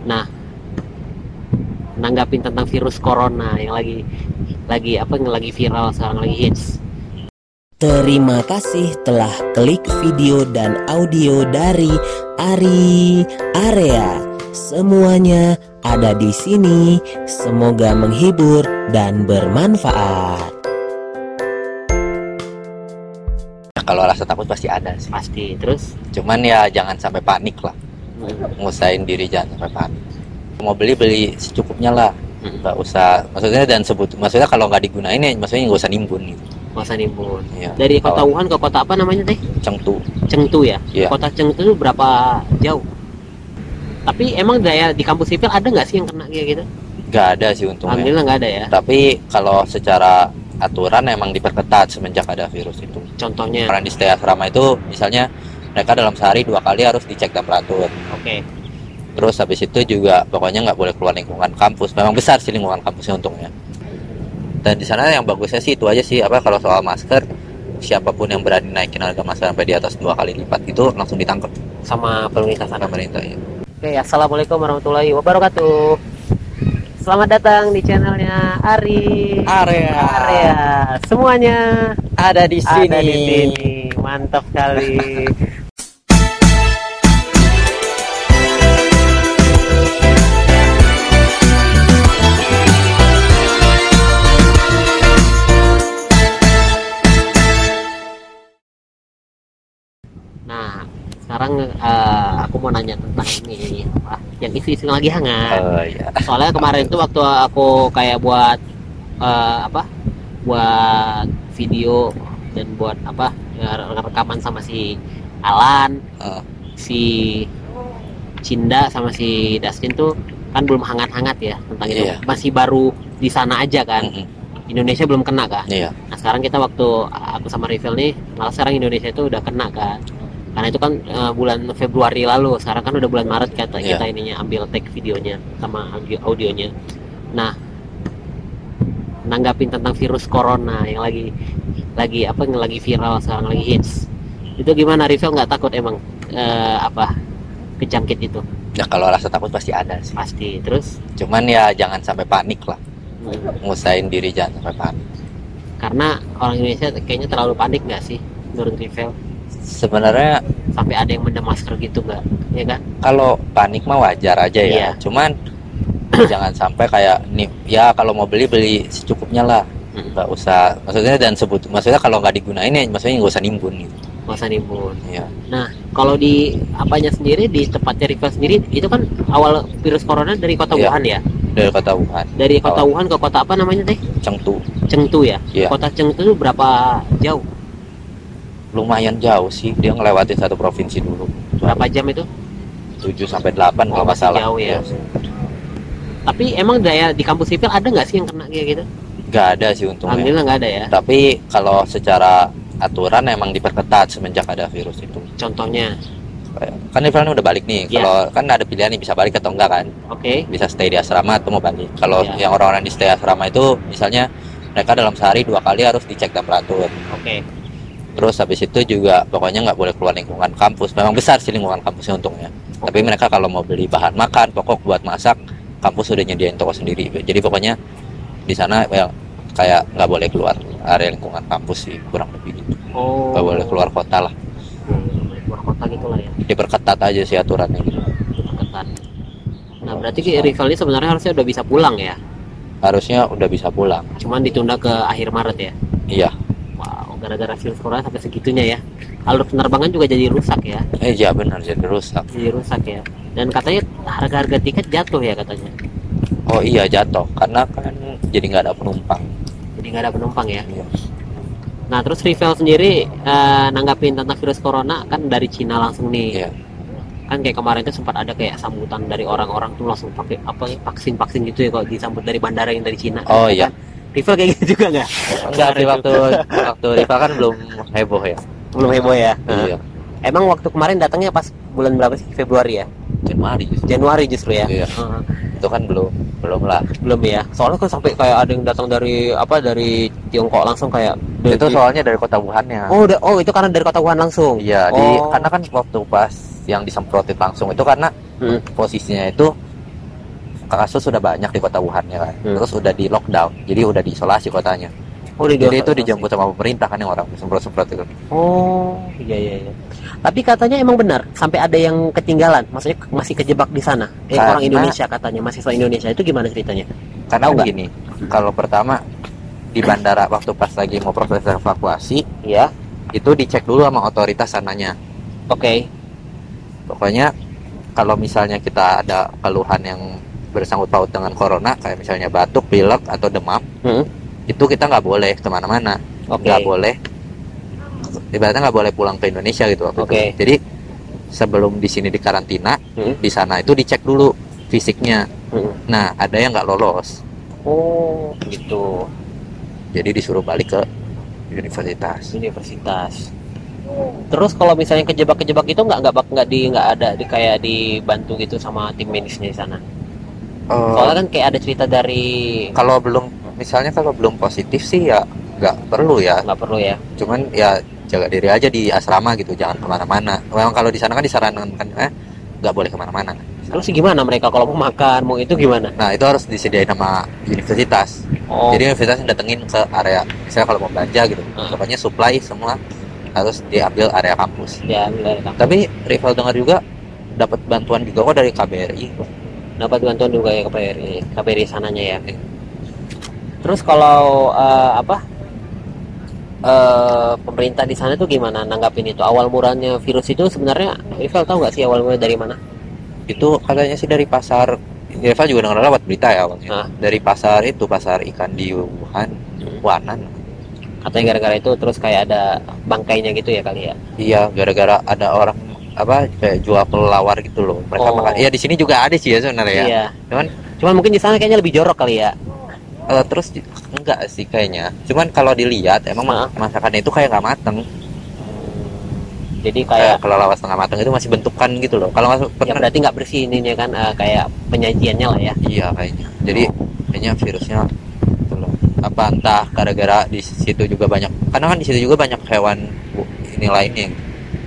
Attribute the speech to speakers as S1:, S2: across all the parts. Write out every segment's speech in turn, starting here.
S1: Nah, nanggapin tentang virus corona yang lagi lagi apa yang lagi viral sekarang lagi hits.
S2: Terima kasih telah klik video dan audio dari Ari Area. Semuanya ada di sini. Semoga menghibur dan bermanfaat.
S3: Ya, kalau rasa takut pasti ada sih.
S1: Pasti terus
S3: Cuman ya jangan sampai panik lah. Ngusain diri jangan sampai panik. Mau beli beli secukupnya lah.
S1: hmm,
S3: Nggak usah. Maksudnya dan sebut. Maksudnya kalau nggak digunain ya maksudnya nggak usah nimbun gitu.
S1: masa nimbun.
S3: Iya.
S1: Dari kota
S3: Kalau
S1: Wuhan ke kota apa namanya teh?
S3: Cengtu.
S1: Chengdu ya.
S3: Iya.
S1: Kota Chengdu itu berapa jauh? Tapi emang daya di kampus sipil ada nggak sih yang kena kayak gitu?
S3: Nggak ada sih untungnya.
S1: Alhamdulillah nggak ada ya.
S3: Tapi kalau secara aturan emang diperketat semenjak ada virus itu.
S1: Contohnya,
S3: Orang di stay asrama itu misalnya mereka dalam sehari dua kali harus dicek temperatur.
S1: oke.
S3: Terus habis itu juga pokoknya nggak boleh keluar lingkungan kampus. Memang besar sih lingkungan kampusnya untungnya. Dan di sana yang bagusnya sih itu aja sih apa kalau soal masker siapapun yang berani naikin harga masker sampai di atas dua kali lipat itu langsung ditangkap
S1: Sama pemerintah sana.
S3: pemerintah ya.
S1: Oke, assalamualaikum warahmatullahi wabarakatuh. Selamat datang di channelnya Ari.
S3: Area.
S1: Area. Semuanya
S3: Ada di
S1: ada di sini. Mantap sekali. nah, sekarang eh, aku mau nanya tentang ini apa, yang isu-isu yang lagi hangat
S3: Oh iya.
S1: soalnya kemarin tuh waktu aku kayak buat eh, apa buat video dan buat apa ya, rekaman sama si Alan
S3: Eh.
S1: si Cinda sama si Dustin tuh kan belum hangat-hangat ya tentang itu
S3: Iya.
S1: masih baru di sana aja kan
S3: Mm-mm.
S1: Indonesia belum kena kan
S3: Iya.
S1: nah sekarang kita waktu aku sama Rivel nih malah sekarang Indonesia itu udah kena kan karena itu kan eh, bulan Februari lalu sekarang kan udah bulan Maret kata
S3: Iya.
S1: kita ininya ambil tag videonya sama audio audionya nah nanggapin tentang virus corona yang lagi lagi apa yang lagi viral sekarang lagi hits itu gimana Rivel nggak takut emang eh, apa kejangkit itu
S3: Ya kalau rasa takut pasti ada sih.
S1: pasti terus
S3: Cuman ya jangan sampai panik lah.
S1: hmm,
S3: Ngusain diri jangan sampai panik.
S1: karena orang Indonesia kayaknya terlalu panik nggak sih menurut Rivel
S3: Sebenarnya
S1: sampai ada yang mendem masker gitu nggak ya kan
S3: kalau panik mah wajar aja
S1: Iya.
S3: ya. Cuman jangan sampai kayak nih ya kalau mau beli beli secukupnya lah.
S1: Mm.
S3: Nggak usah maksudnya dan sebut maksudnya kalau nggak digunain ya maksudnya nggak usah nimbun gitu.
S1: masa nimbun
S3: Iya.
S1: Nah, kalau di apanya sendiri di tempatnya Riva sendiri itu kan awal virus corona dari kota
S3: Iya.
S1: Wuhan ya
S3: Dari kota Wuhan,
S1: dari kota
S3: Awal.
S1: Wuhan ke kota apa namanya teh
S3: Chengdu
S1: Chengdu ya
S3: Iya.
S1: kota Chengdu itu berapa jauh
S3: lumayan jauh sih dia ngelewatin satu provinsi dulu.
S1: berapa jam itu
S3: 7 sampai
S1: Oh,
S3: 8 kalau nggak
S1: masih
S3: salah.
S1: jauh ya.
S3: Iya.
S1: tapi emang daya di kampus sipil ada nggak sih yang kena kayak gitu
S3: Nggak ada sih untungnya.
S1: alhamdulillah nggak ada ya
S3: Tapi kalau secara aturan emang diperketat semenjak ada virus itu.
S1: contohnya
S3: Kayak- Kan Rivalnya udah balik nih.
S1: Iya.
S3: Kalau kan ada pilihan nih bisa balik atau enggak kan.
S1: oke
S3: bisa stay di asrama atau mau balik. Kalau
S1: Iya.
S3: yang orang-orang di stay asrama itu misalnya mereka dalam sehari dua kali harus dicek temperatur.
S1: oke
S3: Terus habis itu juga pokoknya nggak boleh keluar lingkungan kampus. Memang besar sih lingkungan kampusnya untungnya. Tapi mereka kalau mau beli bahan makan, pokok buat masak, kampus udah nyediain toko sendiri. Jadi pokoknya di sana well, kayak nggak boleh keluar area lingkungan kampus sih kurang lebih gitu.
S1: oh
S3: Nggak boleh keluar kota lah.
S1: Nggak boleh keluar kota gitu lah ya
S3: Diperketat aja sih aturannya gitu.
S1: ketat nah berarti Rival ini sebenarnya harusnya udah bisa pulang ya
S3: Harusnya udah bisa pulang.
S1: cuman ditunda ke akhir Maret ya
S3: Iya.
S1: Wow, gara-gara virus corona sampai segitunya ya. Alur penerbangan juga jadi rusak ya,
S3: Eh iya benar jadi rusak.
S1: jadi rusak ya. Dan katanya harga-harga tiket jatuh ya katanya.
S3: Oh iya jatuh karena kan jadi nggak ada penumpang.
S1: Jadi nggak ada penumpang ya.
S3: Iya.
S1: Nah terus Rivel sendiri eh, nanggapin tentang virus corona kan dari Cina langsung nih.
S3: Iya.
S1: Kan kayak kemarin tuh sempat ada kayak sambutan dari orang-orang tuh langsung pakai apa ya, vaksin-vaksin gitu ya kalau disambut dari bandara yang dari Cina.
S3: Oh iya.
S1: Rivel kayak gitu juga nggak?
S3: Enggak sih waktu waktu Riva kan belum heboh ya.
S1: Belum heboh ya.
S3: Iya.
S1: Emang waktu kemarin datangnya pas bulan berapa sih? Februari ya?
S3: Januari justru.
S1: Januari justru ya.
S3: Iya.
S1: Heeh.
S3: Itu kan belum belum lah.
S1: belum ya soalnya kan sampai kayak ada yang datang dari apa dari Tiongkok langsung kayak dari-
S3: Itu soalnya dari kota Wuhannya.
S1: oh udah oh itu karena dari kota Wuhan langsung
S3: Iya. Di
S1: Oh.
S3: karena kan waktu pas yang disemprotin langsung itu karena
S1: Hmm.
S3: posisinya itu kasus sudah banyak di kota Wuhan ya kan.
S1: Hmm.
S3: Terus udah di lockdown, jadi udah diisolasi kotanya.
S1: Oh, di
S3: Jadi
S1: dua-
S3: itu dijemput sama pemerintah kan yang orang semprot-semprot itu.
S1: Oh, iya iya iya. Tapi katanya emang benar, sampai ada yang ketinggalan, maksudnya ke- masih kejebak di sana. Eh,
S3: Karena-
S1: orang Indonesia katanya, mahasiswa Indonesia itu gimana ceritanya?
S3: Karena
S1: Enggak.
S3: begini, kalau pertama di bandara waktu pas lagi mau proses evakuasi
S1: Iya.
S3: itu dicek dulu sama otoritas sananya.
S1: Oke.
S3: Pokoknya kalau misalnya kita ada keluhan yang bersangkut paut dengan corona, kayak misalnya batuk, pilek atau demam,
S1: Hmm.
S3: itu kita nggak boleh kemana-mana,
S1: Oke.
S3: nggak boleh. Ibaratnya nggak boleh pulang ke Indonesia gitu waktu
S1: Oke.
S3: itu. Jadi sebelum di sini dikarantina,
S1: Hmm.
S3: di sana itu dicek dulu fisiknya.
S1: Hmm.
S3: Nah, ada yang nggak lolos,
S1: Oh, gitu.
S3: jadi disuruh balik ke universitas.
S1: Universitas. Terus kalau misalnya kejebak-kejebak itu nggak nggak bak- nggak di nggak ada di kayak dibantu gitu sama tim medisnya di sana.
S3: Eh,
S1: Soalnya kan kayak ada cerita dari
S3: kalau belum, misalnya kalau belum positif sih ya nggak perlu ya.
S1: nggak perlu ya.
S3: Cuman ya jaga diri aja di asrama gitu, jangan kemana-mana. Memang kalau di sana kan disarankan eh nggak boleh kemana-mana.
S1: Terus gimana mereka kalau mau makan mau itu gimana?
S3: Nah itu harus disediain sama universitas.
S1: Oh,
S3: Jadi universitas datengin ke area, misalnya kalau mau belanja gitu,
S1: Hmm.
S3: pokoknya supply semua harus diambil area kampus.
S1: ya benar.
S3: Tapi rival dengar juga dapat bantuan juga kok dari KBRI.
S1: dapat bantuan juga ya KPRI KPRI sananya ya terus kalau eh, apa eh, pemerintah di sana tuh gimana nanggapin itu awal mulanya virus itu sebenarnya Rival tahu nggak sih awal mulanya dari mana
S3: itu katanya sih dari pasar Eva juga dengar lewat berita ya awalnya
S1: Hah? Hmm.
S3: dari pasar itu pasar ikan di Wuhan Wanan
S1: katanya gara-gara itu terus kayak ada bangkainya gitu ya kali ya
S3: iya gara-gara ada orang apa kayak jual kelelawar gitu loh mereka
S1: Oh.
S3: makan iya di sini juga ada sih ya sebenarnya ya.
S1: iya
S3: Cuman-
S1: cuman mungkin di sana kayaknya lebih jorok kali ya
S3: Eh, terus di- enggak sih kayaknya cuman kalau dilihat emang
S1: Hah?
S3: masakannya itu kayak nggak mateng
S1: jadi kayak
S3: kayak kelelawar setengah mateng itu masih bentukan gitu loh kalau nggak
S1: ya
S3: Eh, pernah
S1: berarti nggak bersih ininya kan eh, kayak penyajiannya lah ya
S3: iya kayaknya jadi kayaknya virusnya gitu loh apa entah gara-gara di situ juga banyak karena kan di situ juga banyak hewan bu- ini lainnya yang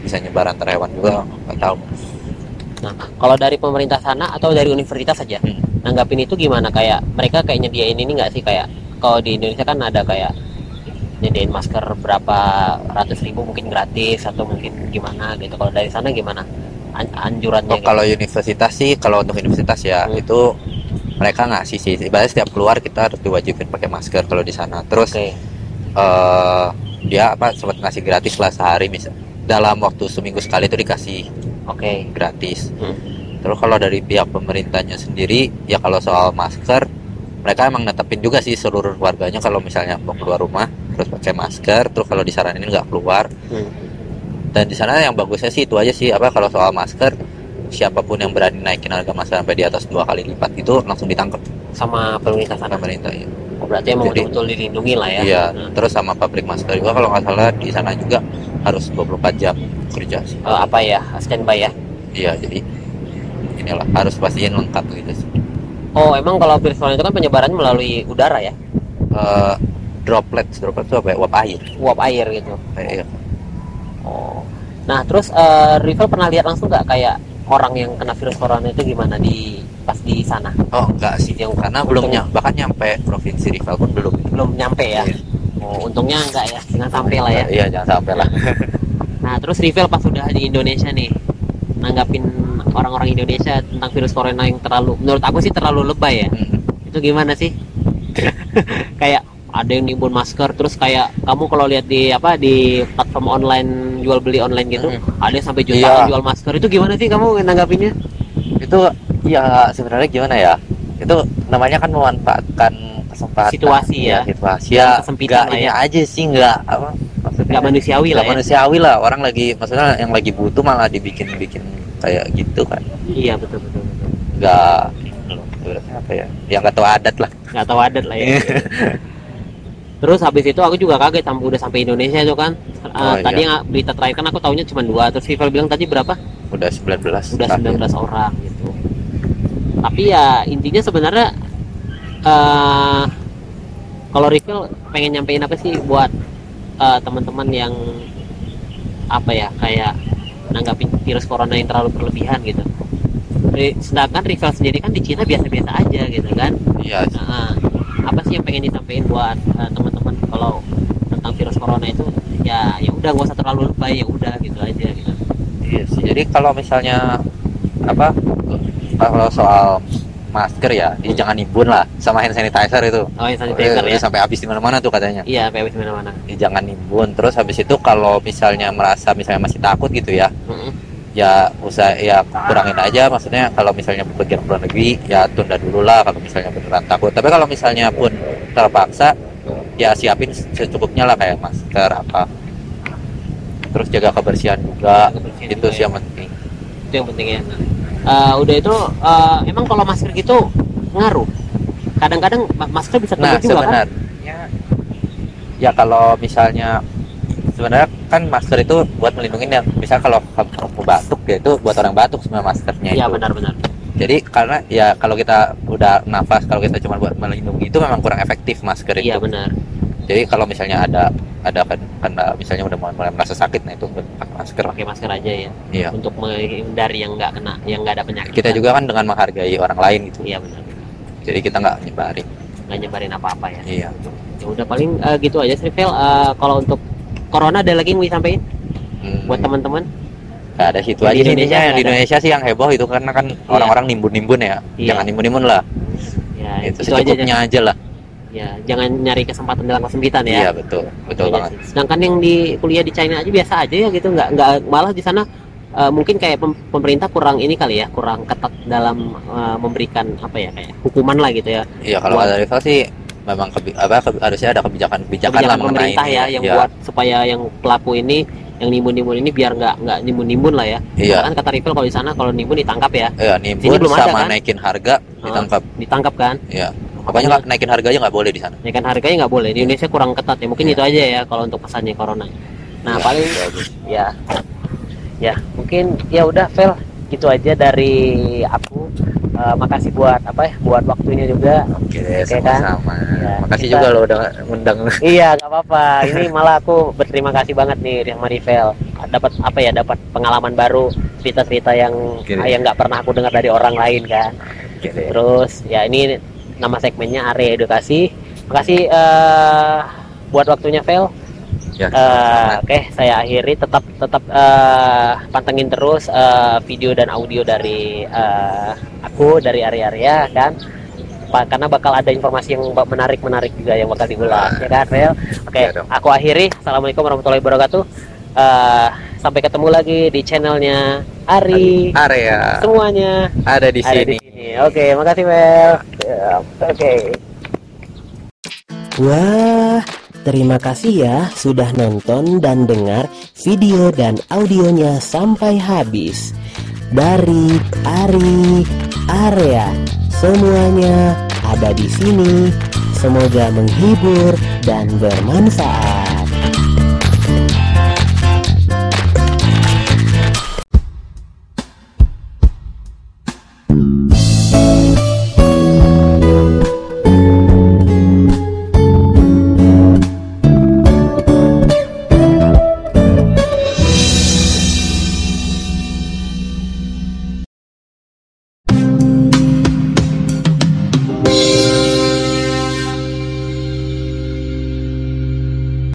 S3: bisa nyebar antar hewan juga nggak tahu
S1: kalau dari pemerintah sana atau dari universitas saja
S3: Hmm.
S1: nanggapin itu gimana kayak mereka kayak nyediain ini nggak sih kayak kalau di Indonesia kan ada kayak nyediain masker berapa ratus ribu mungkin gratis atau mungkin gimana gitu kalau dari sana gimana An- anjurannya gitu.
S3: Oh, kalau universitas sih kalau untuk universitas ya
S1: Hmm.
S3: itu mereka ngasih sih ibaratnya setiap keluar kita harus diwajibin pakai masker kalau di sana
S1: gitu?
S3: terus
S1: oke
S3: eh, dia apa sempat ngasih gratis lah sehari misal dalam waktu seminggu sekali itu dikasih
S1: oke
S3: gratis.
S1: Hmm.
S3: Terus kalau dari pihak pemerintahnya sendiri, ya kalau soal masker, mereka emang netepin juga sih seluruh warganya kalau misalnya mau keluar rumah terus pakai masker, terus kalau disaranin nggak keluar.
S1: Hmm.
S3: Dan di sana yang bagusnya sih itu aja sih apa kalau soal masker, siapapun yang berani naikin harga masker sampai di atas dua kali lipat itu langsung ditangkap
S1: sama pemerintah sana
S3: sama pemerintah. Iya.
S1: Oh, berarti emang
S3: Jadi-
S1: betul-betul dilindungi lah ya
S3: Iya.
S1: Nah,
S3: Terus sama pabrik masker juga kalau nggak salah di sana juga harus 24 jam kerja sih.
S1: eh, apa ya standby ya
S3: Iya, jadi inilah harus pastiin lengkap gitu sih.
S1: oh emang kalau virus corona itu kan penyebaran melalui udara ya
S3: eh droplet droplet itu apa ya? uap air
S1: uap air gitu
S3: kayak iya.
S1: Oh. Nah, terus eh, Rival pernah lihat langsung nggak kayak orang yang kena virus corona itu gimana di pas di sana?
S3: oh enggak sih yang karena belum nyam- bahkan nyampe provinsi rival pun belum
S1: Belum nyampe ya?
S3: Iya.
S1: Oh, untungnya enggak ya, jangan sampai lah ya.
S3: iya jangan sampai lah
S1: Nah, terus Rival pas udah di Indonesia nih, nanggapin orang-orang Indonesia tentang virus corona yang terlalu, menurut aku sih terlalu lebay ya. Itu gimana sih? kayak ada yang nimbun masker terus kayak kamu kalau lihat di apa di platform online jual beli online gitu ada yang sampai jutaan
S3: Iya.
S1: jual masker itu gimana sih kamu nanggapinnya
S3: itu ya sebenarnya gimana ya itu namanya kan memanfaatkan kesempatan
S1: Situasi ya.
S3: situasi
S1: Dalam
S3: ya
S1: kesempitan
S3: enggak
S1: lah
S3: ini
S1: ya.
S3: aja sih enggak apa maksudnya
S1: nggak manusiawi lah
S3: Iya. nggak
S1: ya
S3: manusiawi lah orang lagi maksudnya yang lagi butuh malah dibikin bikin kayak gitu kan
S1: Iya betul betul. betul.
S3: enggak loh, ibaratnya apa ya ya nggak tahu adat lah
S1: Nggak tahu adat lah
S3: Iya.
S1: ya. Terus habis itu aku juga kaget sampai udah sampai Indonesia itu kan. Eh,
S3: Oh, iya.
S1: Tadi yang berita terakhir kan aku tahunya cuma dua. Terus Vival bilang tadi berapa?
S3: udah 19
S1: Udah
S3: tahun.
S1: 19 orang gitu. Tapi ya intinya sebenarnya eh kalau Rival pengen nyampein apa sih buat eh, teman-teman yang apa ya kayak menanggapi virus corona yang terlalu berlebihan gitu. Re- sedangkan rival sendiri kan di Cina biasa-biasa aja gitu kan
S3: Iya.
S1: Nah, apa sih yang pengen disampaikan buat eh, teman-teman kalau tentang virus corona itu ya ya udah gak usah terlalu lebay ya udah gitu aja gitu
S3: Iya sih. Jadi kalau misalnya apa kalau soal masker ya, ini jangan nimbun lah sama hand sanitizer itu.
S1: oh yang sanitizer
S3: Eh,
S1: ya
S3: Sampai habis di mana-mana tuh katanya.
S1: iya PW di mana-mana
S3: Ya, jangan nimbun. Terus habis itu kalau misalnya merasa misalnya masih takut gitu ya,
S1: Mm-mm.
S3: ya usah ya kurangin aja maksudnya kalau misalnya bepergian ke luar negeri ya tunda dulu lah kalau misalnya beneran takut tapi kalau misalnya pun terpaksa ya siapin secukupnya lah kayak masker apa terus jaga kebersihan juga
S1: Kebersihan
S3: itu
S1: juga
S3: sih
S1: ya.
S3: yang penting
S1: itu yang penting ya Eh, udah itu eh, emang kalau masker gitu ngaruh kadang-kadang ma- masker bisa
S3: nah
S1: tumbuh juga kan
S3: sebenarnya ya kalau misalnya sebenarnya kan masker itu buat melindungi ya misal kalau kamu batuk ya itu buat orang batuk sebenarnya maskernya
S1: iya
S3: itu
S1: benar-benar
S3: jadi karena ya kalau kita udah nafas kalau kita cuma buat melindungi itu memang kurang efektif masker itu
S1: iya benar
S3: jadi kalau misalnya ada ada kan karena misalnya udah mulai, mulai merasa sakit nah itu pakai masker lah
S1: pakai masker aja ya
S3: iya
S1: untuk menghindari yang nggak kena yang nggak ada penyakit
S3: kita juga kan dengan menghargai orang lain gitu
S1: iya benar
S3: jadi kita nggak nyebarin
S1: nggak nyebarin apa-apa ya
S3: iya
S1: ya udah paling eh, gitu aja sih Vel Eh, kalau untuk corona ada lagi yang mau disampaikan
S3: Hmm,
S1: buat teman-teman
S3: nggak Nah, ada situ
S1: Yang
S3: aja
S1: di
S3: sih
S1: Indonesia
S3: intinya yang
S1: nggak
S3: di
S1: ada.
S3: Indonesia sih yang heboh itu karena kan orang-orang nimbun-nimbun ya
S1: Iya.
S3: jangan nimbun-nimbun lah
S1: ya
S3: itu,
S1: itu, aja
S3: secukupnya aja, lah
S1: ya jangan nyari kesempatan dalam kesempitan ya
S3: iya betul betul
S1: Iya
S3: banget
S1: sih. Sedangkan yang di kuliah di China aja biasa aja ya gitu, nggak nggak malah di sana eh, mungkin kayak pem- pemerintah kurang ini kali ya, kurang ketat dalam eh, memberikan apa ya kayak hukuman lah gitu ya.
S3: iya kalau
S1: Buat-
S3: ada level sih memang kebi- apa kebi- harusnya ada kebijakan-kebijakan lah
S1: Kebijakan
S3: mengenai
S1: pemerintah
S3: ini.
S1: ya yang
S3: Iya,
S1: buat supaya yang pelaku ini yang nimbun-nimbun ini biar nggak nggak nimbun-nimbun lah ya.
S3: iya
S1: Kan kata Rivel kalau di sana kalau nimbun ditangkap ya,
S3: iya nimbun
S1: belum ada,
S3: sama
S1: kan?
S3: naikin harga ditangkap
S1: ditangkap kan.
S3: iya pokoknya nggak- naikin harga aja nggak boleh di sana
S1: Ya kan harganya nggak boleh. Di Indonesia kurang ketat ya. Mungkin
S3: Iya.
S1: itu aja ya kalau untuk pesannya corona. Nah,
S3: Iya,
S1: paling
S3: iya, Bu.
S1: ya ya mungkin ya udah Vel gitu aja dari aku Eh, makasih buat apa ya buat waktunya juga
S3: Oke,
S1: Oke, kan?
S3: sama-sama.
S1: Ya,
S3: Makasih
S1: kita-
S3: juga lo udah ngundang.
S1: iya nggak apa-apa ini malah aku berterima kasih banget nih sama Rivel dapat apa ya dapat pengalaman baru cerita-cerita yang ah,
S3: Oke.
S1: yang nggak pernah aku dengar dari orang lain kan
S3: Oke deh.
S1: terus ya ini nama segmennya area edukasi makasih eh, buat waktunya Vel
S3: Ya,
S1: Eh, Oke, saya akhiri tetap tetap eh, pantengin terus eh, video dan audio dari eh, aku dari Arya-Arya kan. Pa- karena bakal ada informasi yang ba- menarik-menarik juga yang bakal diulas ya kan, Rel? Oke,
S3: Iya dong.
S1: aku akhiri. Assalamualaikum warahmatullahi wabarakatuh. Eh, sampai ketemu lagi di channelnya Ari.
S3: Area
S1: Semuanya
S3: ada di
S1: ada di
S3: sini.
S1: sini. Oke, makasih Mel. Ya, Oke.
S2: Wah, terima kasih ya sudah nonton dan dengar video dan audionya sampai habis. Dari Ari Area, semuanya ada di sini. Semoga menghibur dan bermanfaat.